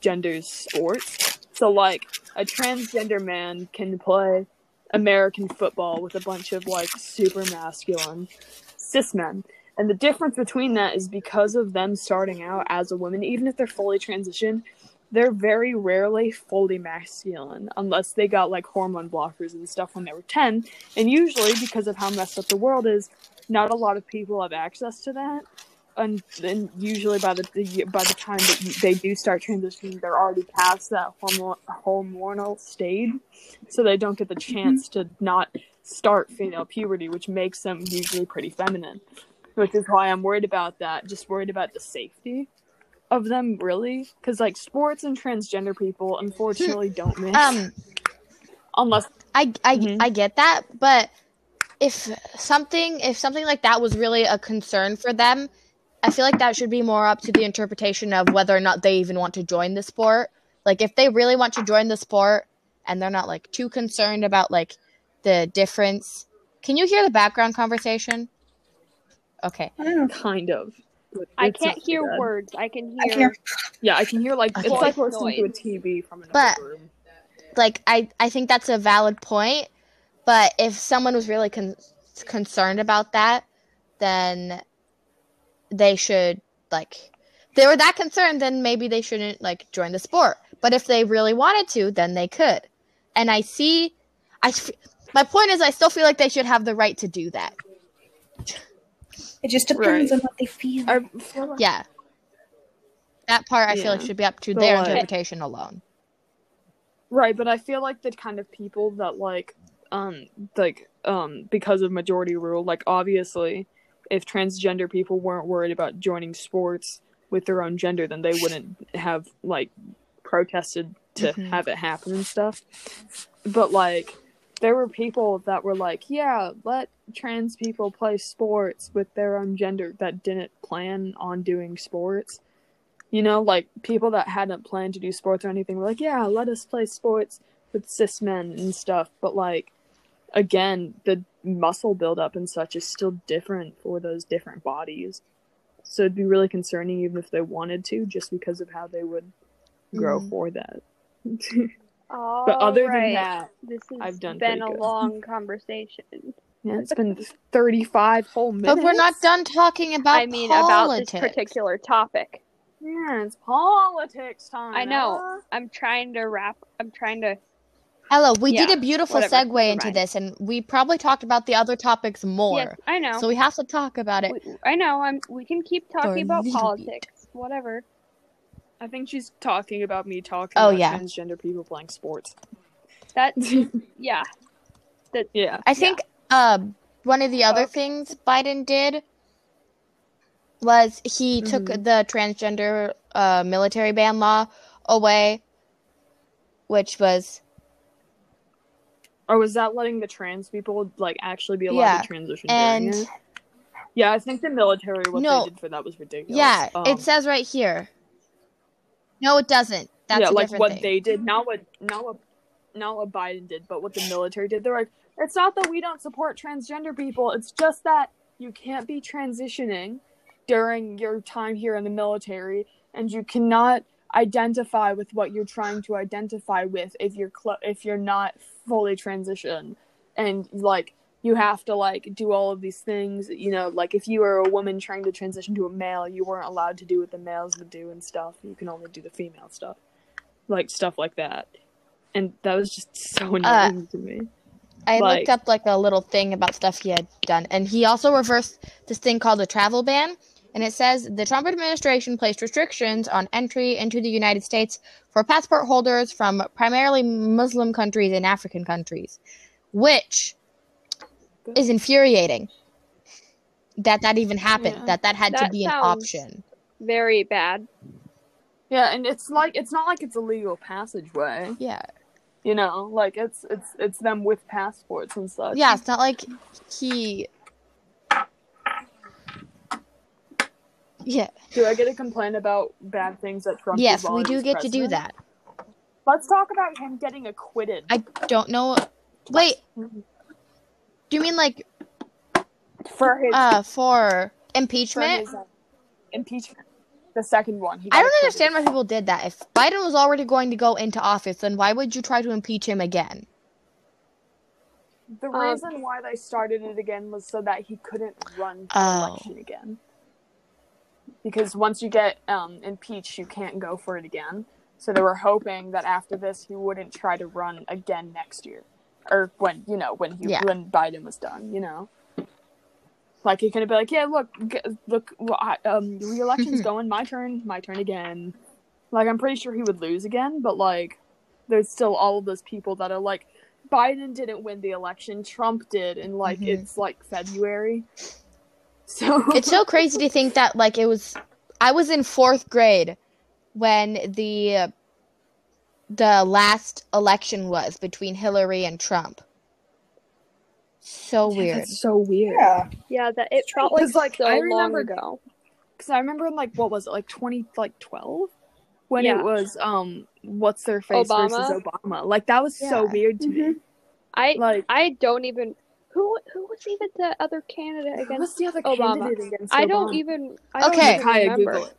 Speaker 2: genders sports. So like a transgender man can play American football with a bunch of like super masculine cis men. And the difference between that is because of them starting out as a woman, even if they're fully transitioned, they're very rarely fully masculine unless they got like hormone blockers and stuff when they were 10. And usually, because of how messed up the world is, not a lot of people have access to that. And, and usually, by the by the time that you- they do start transitioning, they're already past that hormo- hormonal stage, so they don't get the
Speaker 4: Mm-hmm.
Speaker 2: chance to not start female puberty, which makes them usually pretty feminine which is why I'm worried about that. Just worried about the safety of them, really, because like sports and transgender people, unfortunately, don't mix
Speaker 1: Um,
Speaker 2: unless
Speaker 1: I I,
Speaker 2: Mhm.
Speaker 1: I get that, but if something if something like that was really a concern for them, I feel like that should be more up to the interpretation of whether or not they even want to join the sport. Like if they really want to join the sport and they're not like too concerned about like the difference. Can you hear the background conversation? Okay.
Speaker 3: I don't know.
Speaker 2: kind of. but
Speaker 4: I
Speaker 2: it's not too
Speaker 4: can't hear
Speaker 2: bad.
Speaker 4: words. I can
Speaker 3: I
Speaker 4: hear.
Speaker 3: can hear-
Speaker 2: Yeah, I can hear like it's
Speaker 1: Okay.
Speaker 2: like listening to a
Speaker 4: Noise.
Speaker 2: TV from another
Speaker 1: But-
Speaker 2: room.
Speaker 1: like I, I think that's a valid point but if someone was really con- concerned about that then they should like if they were that concerned then maybe they shouldn't like join the sport but if they really wanted to then they could and i see i f- my point is i still feel like they should have the right to do that
Speaker 3: It just depends
Speaker 2: Right.
Speaker 3: on what they feel.
Speaker 2: I feel like-
Speaker 1: yeah that part i feel like
Speaker 2: Yeah.
Speaker 1: should be up to
Speaker 2: So,
Speaker 1: their
Speaker 2: like-
Speaker 1: interpretation alone
Speaker 2: Right, but I feel like the kind of people that like um like um because of majority rule, like obviously if transgender people weren't worried about joining sports with their own gender, then they wouldn't have like protested to
Speaker 1: Mhm.
Speaker 2: have it happen and stuff. But like there were people that were like, yeah, let trans people play sports with their own gender that didn't plan on doing sports. You know, like people that hadn't planned to do sports or anything were like, yeah, let us play sports with cis men and stuff. But like, again, the muscle buildup and such is still different for those different bodies. So it'd be really concerning even if they wanted to, just because of how they would grow
Speaker 1: Mhm.
Speaker 2: for that.
Speaker 4: All
Speaker 2: but other
Speaker 4: right.
Speaker 2: than that,
Speaker 4: this has
Speaker 2: I've done
Speaker 4: been a
Speaker 2: pretty good.
Speaker 4: long conversation.
Speaker 2: yeah, it's been 35 whole minutes.
Speaker 1: but we're not done talking about
Speaker 4: I mean,
Speaker 1: politics.
Speaker 4: about this particular topic.
Speaker 2: Yeah, it's politics time.
Speaker 4: I know.
Speaker 2: huh? I'm
Speaker 4: I'm trying to wrap. I'm trying to.
Speaker 1: Ella, we
Speaker 4: Yeah,
Speaker 1: did a beautiful
Speaker 4: whatever,
Speaker 1: segue
Speaker 4: never
Speaker 1: into
Speaker 4: mind.
Speaker 1: this, and we probably talked about the other topics more.
Speaker 4: Yes, I know.
Speaker 1: So we have to talk about it.
Speaker 4: We- I know. I'm. We can keep
Speaker 1: a
Speaker 4: talking about
Speaker 1: little bit.
Speaker 4: politics. Whatever.
Speaker 2: I think she's talking about me talking
Speaker 1: Oh,
Speaker 2: about
Speaker 1: yeah.
Speaker 2: transgender people playing sports.
Speaker 4: That. yeah.
Speaker 2: Yeah.
Speaker 1: I think um, one of the other
Speaker 4: Okay.
Speaker 1: things Biden did was he took
Speaker 2: Mhm.
Speaker 1: the transgender uh, military ban law away, which was
Speaker 2: Or was that letting the trans people like actually be allowed
Speaker 1: Yeah,
Speaker 2: to transition? during
Speaker 1: and
Speaker 2: it? yeah, I think the military what
Speaker 1: No.
Speaker 2: they did for that was ridiculous.
Speaker 1: yeah,
Speaker 2: Um,
Speaker 1: it says right here. No, it doesn't. That's a
Speaker 2: yeah, like
Speaker 1: different
Speaker 2: what
Speaker 1: thing.
Speaker 2: they did, not what not what not what Biden did, but what the military did. They're like, it's not that we don't support transgender people. It's just that you can't be transitioning during your time here in the military, and you cannot identify with what you're trying to identify with if you're cl- if you're not fully transitioned, and like you have to like do all of these things. You know, like if you were a woman trying to transition to a male, you weren't allowed to do what the males would do and stuff. You can only do the female stuff, like stuff like that. And that was just so annoying to me.
Speaker 1: I
Speaker 2: Like-
Speaker 1: looked up like a little thing about stuff he had done, and he also reversed this thing called a travel ban. And it says the Trump administration placed restrictions on entry into the United States for passport holders from primarily Muslim countries and African countries, which is infuriating that that even happened,
Speaker 2: Yeah.
Speaker 1: that that had to
Speaker 4: That
Speaker 1: be an
Speaker 4: sounds-
Speaker 1: option.
Speaker 4: Very bad.
Speaker 2: Yeah, and it's like it's not like it's a legal passageway.
Speaker 1: Yeah.
Speaker 2: You know, like it's it's it's them with passports and such.
Speaker 1: Yeah, it's not like he. Yeah.
Speaker 2: Do I get to complain about bad things at Trump?
Speaker 1: Yes,
Speaker 2: while
Speaker 1: we
Speaker 2: he
Speaker 1: do
Speaker 2: was
Speaker 1: get to do
Speaker 2: president?
Speaker 1: that.
Speaker 2: Let's talk about him getting acquitted.
Speaker 1: I don't know. Wait. Do you mean like
Speaker 2: for his,
Speaker 1: uh for
Speaker 2: for
Speaker 1: impeachment?
Speaker 2: his, uh, impeachment. The second one. He
Speaker 1: I
Speaker 2: got
Speaker 1: don't
Speaker 2: acquitted.
Speaker 1: understand why people did that. If Biden was already going to go into office, then why would you try to impeach him again?
Speaker 2: The
Speaker 4: Um,
Speaker 2: reason why they started it again was so that he couldn't run for
Speaker 1: Oh.
Speaker 2: election again. Because once you get um, impeached, you can't go for it again. So they were hoping that after this, he wouldn't try to run again next year, or when you know when he
Speaker 1: Yeah.
Speaker 2: when Biden was done, you know. Like he could have been like, yeah, look, g- look, well, I, um, the election's going, my turn, my turn again. Like I'm pretty sure he would lose again, but like, there's still all of those people that are like, Biden didn't win the election, Trump did, and like
Speaker 4: Mm-hmm.
Speaker 1: Mhm.
Speaker 2: it's like February. So
Speaker 1: It's so crazy to think that like it was I was in 4th grade when the the last election was between Hillary and Trump. So weird.
Speaker 2: That's so weird.
Speaker 3: Yeah.
Speaker 4: Yeah, that it felt like,
Speaker 2: 'Cause, like,
Speaker 4: so
Speaker 2: I
Speaker 4: long
Speaker 2: remember-
Speaker 4: ago.
Speaker 2: Because I remember in like what was it like twenty like twelve when
Speaker 4: Yeah.
Speaker 2: it was um what's their face
Speaker 4: Obama? Mm-hmm.
Speaker 2: versus Obama. Like that was so
Speaker 1: Yeah.
Speaker 2: weird to me.
Speaker 4: I
Speaker 2: Like
Speaker 4: I don't even who who was even the other candidate
Speaker 2: who
Speaker 4: against
Speaker 2: was the other
Speaker 4: Obama.
Speaker 2: candidate against
Speaker 4: I don't
Speaker 2: Obama?
Speaker 4: even I
Speaker 1: Okay.
Speaker 4: don't
Speaker 2: Kaya,
Speaker 4: even remember.
Speaker 2: Google it.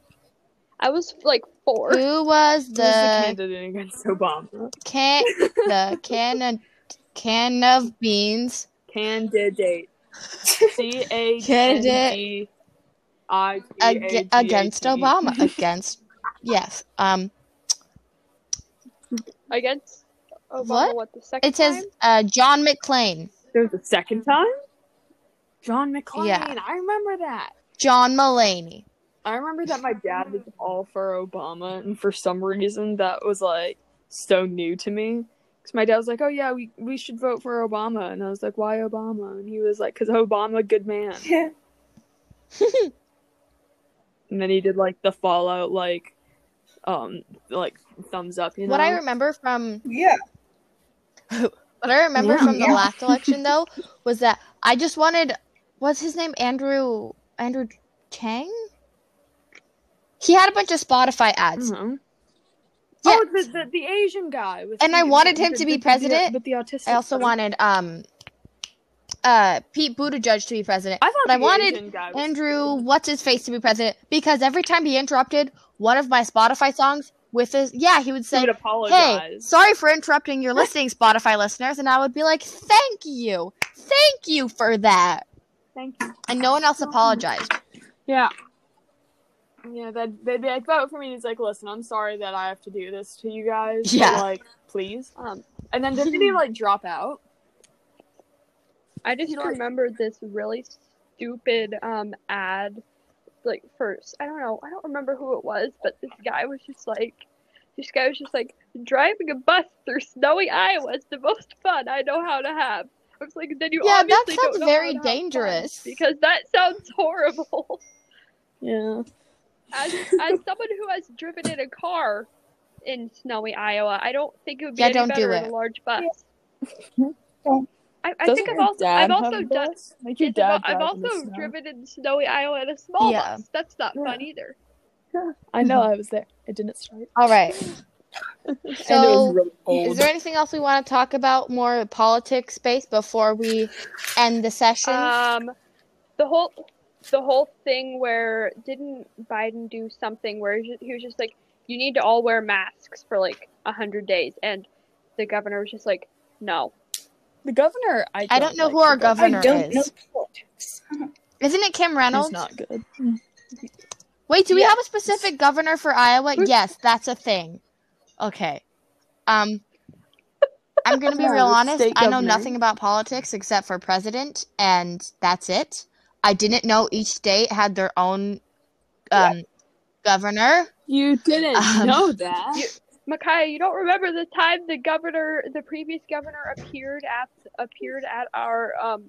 Speaker 4: I was like 4.
Speaker 1: Who was
Speaker 2: Who was the
Speaker 1: the
Speaker 2: candidate against Obama?
Speaker 1: can the can of, can of beans?
Speaker 2: Candidate. C A N D
Speaker 1: Candidate.
Speaker 2: I T A G E A
Speaker 1: Ag-
Speaker 2: T.
Speaker 1: against Obama. Against yes. Um.
Speaker 4: against Obama
Speaker 1: What?
Speaker 4: what, the second
Speaker 1: It says
Speaker 4: time?
Speaker 1: uh, John McClain,
Speaker 2: There's a second time? John McClane.
Speaker 1: Yeah.
Speaker 2: I remember that.
Speaker 1: John Mulaney.
Speaker 2: I remember that my dad was all for Obama, and for some reason that was like so new to me. Because my dad was like, "Oh yeah, we we should vote for Obama," and I was like, "Why Obama?" And he was like, "Cause Obama, good man."
Speaker 3: Yeah.
Speaker 2: And then he did like the Fallout, like, um, like thumbs up. You know
Speaker 1: What I remember from
Speaker 3: Yeah.
Speaker 1: what I remember
Speaker 2: Yeah.
Speaker 1: from the
Speaker 3: Yeah.
Speaker 1: last election though was that I just wanted what's his name Andrew Andrew Chang. He had a bunch of Spotify ads.
Speaker 2: Mhm.
Speaker 1: Yeah.
Speaker 2: Oh, the, the the Asian guy. With
Speaker 1: And I
Speaker 2: the-
Speaker 1: wanted him to be president.
Speaker 2: With the, autistic.
Speaker 1: I also
Speaker 2: thing.
Speaker 1: wanted um uh Pete Buttigieg to be president.
Speaker 2: I thought
Speaker 1: but I
Speaker 2: the
Speaker 1: wanted
Speaker 2: Asian guy was
Speaker 1: Andrew what's his face to be president because every time he interrupted one of my Spotify songs with his yeah, he would
Speaker 2: He
Speaker 1: say
Speaker 2: would
Speaker 1: Hey,
Speaker 2: apologize.
Speaker 1: sorry for interrupting your listening Spotify listeners and I would be like, "Thank you. Thank you for that."
Speaker 2: Thank you.
Speaker 1: And no one else apologized.
Speaker 2: Yeah. Yeah, they'd, they'd be like, vote for me. And he's like, listen, I'm sorry that I have to do this to you guys. but,
Speaker 1: Yeah.
Speaker 2: like, please.
Speaker 4: Um
Speaker 2: And then didn't he, like, drop out?
Speaker 4: I just
Speaker 2: You know-
Speaker 4: remembered this really stupid um ad like first I don't know I don't remember who it was but this guy was just like this guy was just like driving a bus through snowy Iowa is the most fun I know how to have. I was like then you
Speaker 1: Yeah, that
Speaker 4: obviously
Speaker 1: sounds
Speaker 4: don't know
Speaker 1: very
Speaker 4: how to have fun,
Speaker 1: dangerous.
Speaker 4: because that sounds horrible.
Speaker 2: Yeah.
Speaker 4: As as someone who has driven in a car in snowy Iowa, I don't think it would be
Speaker 1: Yeah,
Speaker 4: any
Speaker 1: don't do
Speaker 4: better in
Speaker 1: it.
Speaker 4: a large bus.
Speaker 3: Don't.
Speaker 4: I, I think I've also I've also done
Speaker 2: Like,
Speaker 4: Yes, I've, al- I've also driven in snowy Iowa in a small
Speaker 1: Yeah.
Speaker 4: bus. That's not
Speaker 2: Yeah.
Speaker 4: fun either.
Speaker 2: I know, I was there. It didn't start.
Speaker 1: All right.
Speaker 2: and it was
Speaker 1: So,
Speaker 2: really cold.
Speaker 1: is there anything else we want to talk about more politics space before we end the session?
Speaker 2: Uh,
Speaker 4: Um, the whole the whole thing where didn't Biden do something where he he was just like, you need to all wear masks for like a hundred days, and the governor was just like, no.
Speaker 2: the governor, I don't,
Speaker 1: I don't know
Speaker 2: like
Speaker 1: who our
Speaker 2: the
Speaker 3: I
Speaker 1: governor
Speaker 3: don't
Speaker 1: is.
Speaker 3: know politics.
Speaker 1: Isn't it Kim
Speaker 2: He's
Speaker 1: Reynolds?
Speaker 2: not good.
Speaker 1: Wait, do we
Speaker 4: Yes.
Speaker 1: have a specific governor for Iowa?
Speaker 4: Who's-
Speaker 1: Yes, that's a thing. Okay. Um I'm going to be
Speaker 2: Yeah,
Speaker 1: real
Speaker 2: the
Speaker 1: honest.
Speaker 2: state
Speaker 1: I know
Speaker 2: governor.
Speaker 1: nothing about politics except for president and that's it. I didn't know each state had their own um governor.
Speaker 2: You didn't
Speaker 1: Um,
Speaker 2: know that.
Speaker 4: you- Micaiah, you don't remember the time the governor, the previous governor, appeared at appeared at our um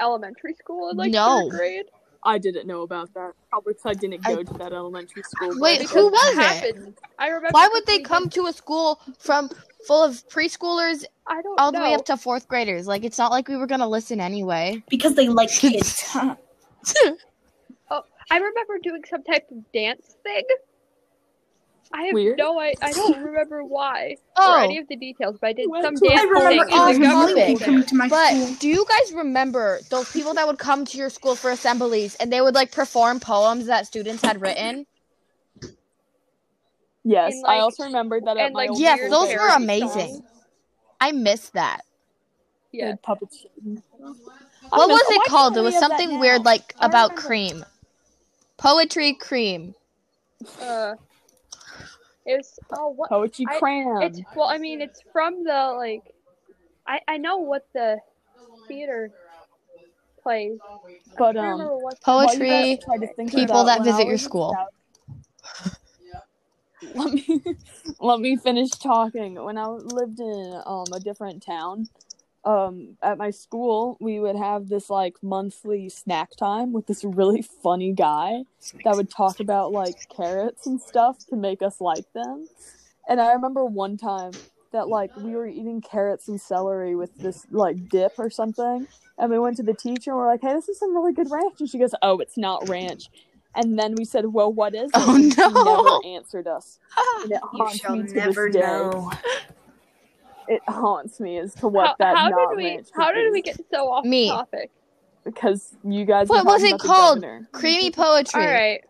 Speaker 4: elementary school in like
Speaker 1: No.
Speaker 4: third grade?
Speaker 2: I didn't know about that. Probably because I didn't go to that elementary school. but
Speaker 1: Wait,
Speaker 2: I
Speaker 1: who
Speaker 4: Because
Speaker 1: was it?
Speaker 4: happened. I remember.
Speaker 1: Why would they
Speaker 4: thinking,
Speaker 1: come to a school from full of preschoolers
Speaker 4: I don't
Speaker 1: all the
Speaker 4: know.
Speaker 1: way up to fourth graders? Like it's not like we were gonna listen anyway.
Speaker 5: Because they like kids. Huh?
Speaker 4: I remember doing some type of dance thing. I have
Speaker 2: Weird.
Speaker 4: no I, I don't remember why or
Speaker 1: Oh,
Speaker 4: any of the details, but I did
Speaker 2: Went
Speaker 4: some
Speaker 2: to a
Speaker 4: dance
Speaker 3: I remember
Speaker 4: thing in
Speaker 1: Off
Speaker 4: the
Speaker 3: Illegal
Speaker 1: topic.
Speaker 3: people
Speaker 4: government.
Speaker 3: coming to my school.
Speaker 1: but do you guys remember those people that would come to your school for assemblies and they would like perform poems that students had written?
Speaker 2: Yes,
Speaker 4: And,
Speaker 2: I
Speaker 4: like-
Speaker 2: also remembered that at
Speaker 4: and,
Speaker 2: my
Speaker 4: like,
Speaker 2: old
Speaker 1: Yes,
Speaker 4: weird
Speaker 1: those were
Speaker 4: parody
Speaker 1: amazing.
Speaker 4: songs.
Speaker 1: I miss that.
Speaker 2: they
Speaker 4: Yeah.
Speaker 2: did puppet shows. I
Speaker 1: What
Speaker 2: miss-
Speaker 1: was
Speaker 2: why
Speaker 1: it
Speaker 2: can't
Speaker 1: called? It
Speaker 2: we
Speaker 1: was
Speaker 2: have that
Speaker 1: something
Speaker 2: now?
Speaker 1: weird like
Speaker 2: I
Speaker 1: about
Speaker 2: remember.
Speaker 1: cream. Poetry cream.
Speaker 4: Uh, it was oh what
Speaker 2: Poetry
Speaker 4: I-
Speaker 2: cram.
Speaker 4: It's well, I mean, it's from the like, I I know what the theater plays.
Speaker 2: but
Speaker 4: I
Speaker 2: um,
Speaker 4: remember what.
Speaker 1: Poetry
Speaker 2: while you guys try to think
Speaker 1: people
Speaker 2: about
Speaker 1: that
Speaker 2: when I
Speaker 1: visit your
Speaker 2: was a
Speaker 1: school.
Speaker 2: child- let me let me finish talking. When I lived in um a different town, um at my school we would have this like monthly snack time with this really funny guy that would talk about like carrots and stuff to make us like them. And I remember one time that like we were eating carrots and celery with this like dip or something. And we went to the teacher and we're like, hey, this is some really good ranch. And she goes, oh, it's not ranch. And then we said, well, what is it?
Speaker 1: Oh,
Speaker 2: And she
Speaker 1: no.
Speaker 2: never answered us. And it
Speaker 3: You
Speaker 2: haunts
Speaker 3: shall
Speaker 2: me to
Speaker 3: never
Speaker 2: this day.
Speaker 3: know.
Speaker 2: It haunts me as to
Speaker 4: How,
Speaker 2: what that
Speaker 4: how
Speaker 2: not
Speaker 4: did we?
Speaker 2: ranch
Speaker 4: How
Speaker 2: could
Speaker 4: did
Speaker 2: be.
Speaker 4: we get so off
Speaker 1: Me.
Speaker 4: topic?
Speaker 2: Because you guys.
Speaker 1: What
Speaker 2: were
Speaker 1: was
Speaker 2: talking
Speaker 1: it
Speaker 2: about the
Speaker 1: called?
Speaker 2: governor.
Speaker 1: Creamy poetry.
Speaker 4: All right.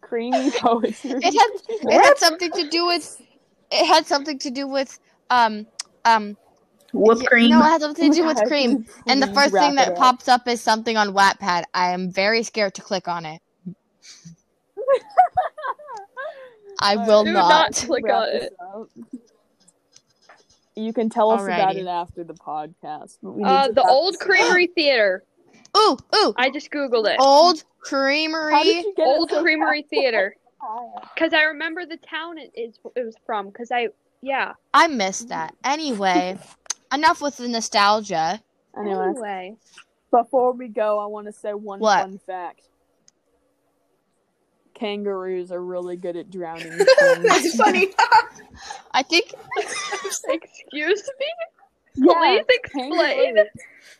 Speaker 2: Creamy poetry.
Speaker 1: It had it had something to do with it had something to do with um um
Speaker 3: Whipped
Speaker 1: y-
Speaker 3: cream.
Speaker 1: No, it had something to do with
Speaker 2: Guys,
Speaker 1: cream. And the
Speaker 2: please
Speaker 1: first
Speaker 2: wrap
Speaker 1: thing that
Speaker 2: it up.
Speaker 1: pops up is something on Wattpad. I am very scared to click on it. I
Speaker 2: All
Speaker 1: will
Speaker 4: Do
Speaker 1: not.
Speaker 4: not click
Speaker 2: wrap
Speaker 4: on
Speaker 2: this
Speaker 4: it.
Speaker 2: up. uh, You can tell us about
Speaker 1: Alrighty.
Speaker 2: it after the podcast. But we need
Speaker 4: Uh,
Speaker 2: to
Speaker 4: the
Speaker 2: wrap
Speaker 4: old
Speaker 2: this up.
Speaker 4: Creamery Theater.
Speaker 1: Ooh, ooh.
Speaker 4: I just googled it.
Speaker 1: Old
Speaker 2: How did
Speaker 1: creamery.
Speaker 2: you get it
Speaker 4: Old
Speaker 2: Oh, so
Speaker 4: Creamery Theater.
Speaker 2: fast?
Speaker 4: Cause I remember the town it is it was from. Cause I yeah.
Speaker 1: I missed that. Anyway, enough with the nostalgia.
Speaker 2: Anyway,
Speaker 4: Anyway,
Speaker 2: before we go, I want to say one
Speaker 1: What?
Speaker 2: fun fact. Kangaroos are really good at drowning. things.
Speaker 3: That's funny.
Speaker 1: I think
Speaker 4: excuse me.
Speaker 2: Yeah,
Speaker 4: Please explain.
Speaker 2: kangaroos.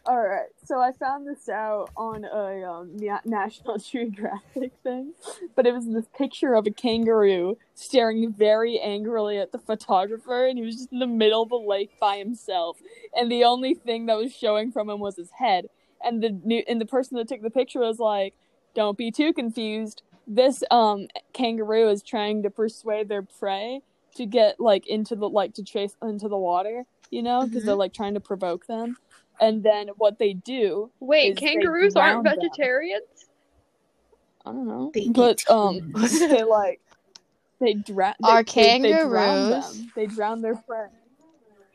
Speaker 2: All right, so I found this out on a um, Na- National Geographic thing, but it was this picture of a kangaroo staring very angrily at the photographer, and he was just in the middle of the lake by himself, and the only thing that was showing from him was his head, and the new- and the person that took the picture was like, "Don't be too confused. This um kangaroo is trying to persuade their prey to get like into the like to chase into the water, you know, because
Speaker 3: Mm-hmm.
Speaker 2: they're like trying to provoke them." And then what they do,
Speaker 4: Wait,
Speaker 2: is they
Speaker 4: kangaroos aren't
Speaker 2: drown them.
Speaker 4: vegetarians.
Speaker 2: I don't know,
Speaker 3: They
Speaker 2: but
Speaker 3: eat.
Speaker 2: um, they like they, dra- they,
Speaker 1: Are
Speaker 2: they- they drown
Speaker 1: kangaroos-
Speaker 2: them. They drown their prey.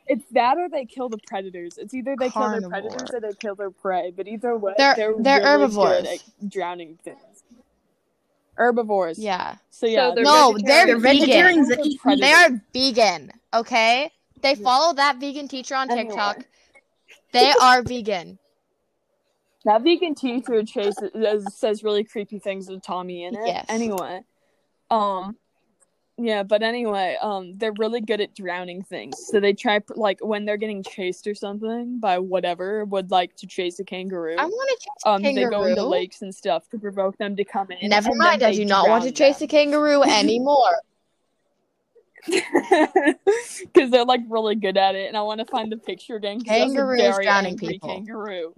Speaker 2: It's that or they kill the predators. It's either they kill their predators
Speaker 1: Carnivore.
Speaker 2: or they kill their prey. But either way,
Speaker 1: They're- they're
Speaker 2: really good
Speaker 1: herbivores.
Speaker 2: at drowning things. Herbivores.
Speaker 1: yeah.
Speaker 2: So yeah,
Speaker 4: they're
Speaker 1: No,
Speaker 3: They're
Speaker 1: they're vegan.
Speaker 3: vegetarians
Speaker 4: vegetarians.
Speaker 3: that eat meat.
Speaker 1: They are vegan, okay? They follow that vegan teacher on
Speaker 2: Anyway.
Speaker 1: TikTok. They are vegan.
Speaker 2: That vegan teacher chases uh, says really creepy things with Tommy in it.
Speaker 1: Yes.
Speaker 2: Anyway, um, yeah, but anyway, um, they're really good at drowning things. So they try like when they're getting chased or something by whatever would like to chase a kangaroo.
Speaker 1: I want to chase
Speaker 2: um,
Speaker 1: a kangaroo.
Speaker 2: they go into lakes and stuff to provoke them to come in.
Speaker 1: Never mind, I do not want to chase a kangaroo anymore.
Speaker 2: because they're like really good at it, and I want to find the picture again. 'cause that's a
Speaker 1: Kangaroos
Speaker 2: very
Speaker 1: drowning
Speaker 2: angry
Speaker 1: people.
Speaker 2: Kangaroo.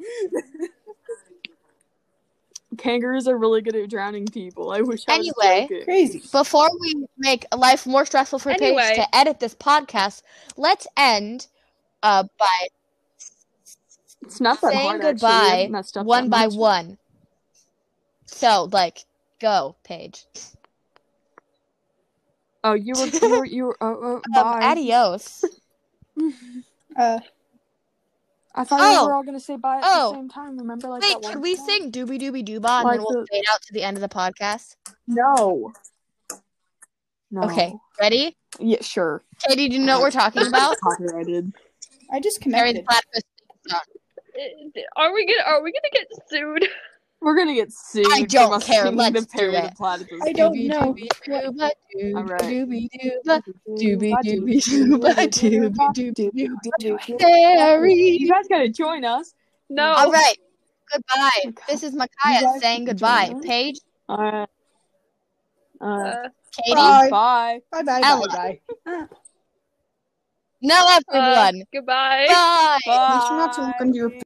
Speaker 2: Kangaroos are really good at drowning people. I wish I was
Speaker 1: Anyway.
Speaker 2: joking.
Speaker 3: Crazy.
Speaker 1: Before we make life more stressful for
Speaker 4: Anyway.
Speaker 1: Paige to edit this podcast, let's end uh, by
Speaker 2: It's not that
Speaker 1: saying
Speaker 2: hard. actually.
Speaker 1: goodbye
Speaker 2: We messed up
Speaker 1: one
Speaker 2: that
Speaker 1: by
Speaker 2: much.
Speaker 1: one. So, like, go, Paige.
Speaker 2: Oh, you were you were you were. Oh, oh,
Speaker 1: Um,
Speaker 2: bye.
Speaker 1: adios.
Speaker 3: Uh,
Speaker 2: I thought
Speaker 1: Oh.
Speaker 2: we were all gonna say bye at
Speaker 1: Oh.
Speaker 2: the same time. Remember, like
Speaker 1: Wait,
Speaker 2: that one
Speaker 1: could we
Speaker 2: time?
Speaker 1: sing Doobie Doobie Dooba and
Speaker 2: Like
Speaker 1: then we'll
Speaker 2: the-
Speaker 1: fade out to the end of the podcast?
Speaker 2: No. No.
Speaker 1: Okay, ready?
Speaker 2: Yeah, sure.
Speaker 1: Katie, do you know what we're talking about?
Speaker 2: Copyrighted.
Speaker 3: I just
Speaker 1: Mary the
Speaker 3: connected.
Speaker 1: Platypus.
Speaker 4: Are we gonna Are we gonna get sued?
Speaker 2: We're gonna get sued.
Speaker 1: I
Speaker 2: for
Speaker 1: don't
Speaker 2: us
Speaker 1: care,
Speaker 2: singing
Speaker 1: let's
Speaker 2: the
Speaker 1: do
Speaker 2: Parody
Speaker 1: it.
Speaker 2: Platypus.
Speaker 3: I don't know.
Speaker 2: All right. You guys gotta join us.
Speaker 4: No.
Speaker 1: All right. Goodbye. This is
Speaker 2: You
Speaker 1: Micaiah
Speaker 2: guys
Speaker 1: saying
Speaker 2: can
Speaker 1: goodbye.
Speaker 2: join us.
Speaker 1: Paige,
Speaker 2: All right. Uh,
Speaker 4: Uh,
Speaker 1: Katie,
Speaker 3: Bye.
Speaker 2: bye.
Speaker 3: Bye bye
Speaker 1: Ella.
Speaker 3: bye. bye.
Speaker 1: now
Speaker 4: uh,
Speaker 1: everyone.
Speaker 4: goodbye.
Speaker 1: Bye.
Speaker 2: Bye.
Speaker 3: Make sure not to look under your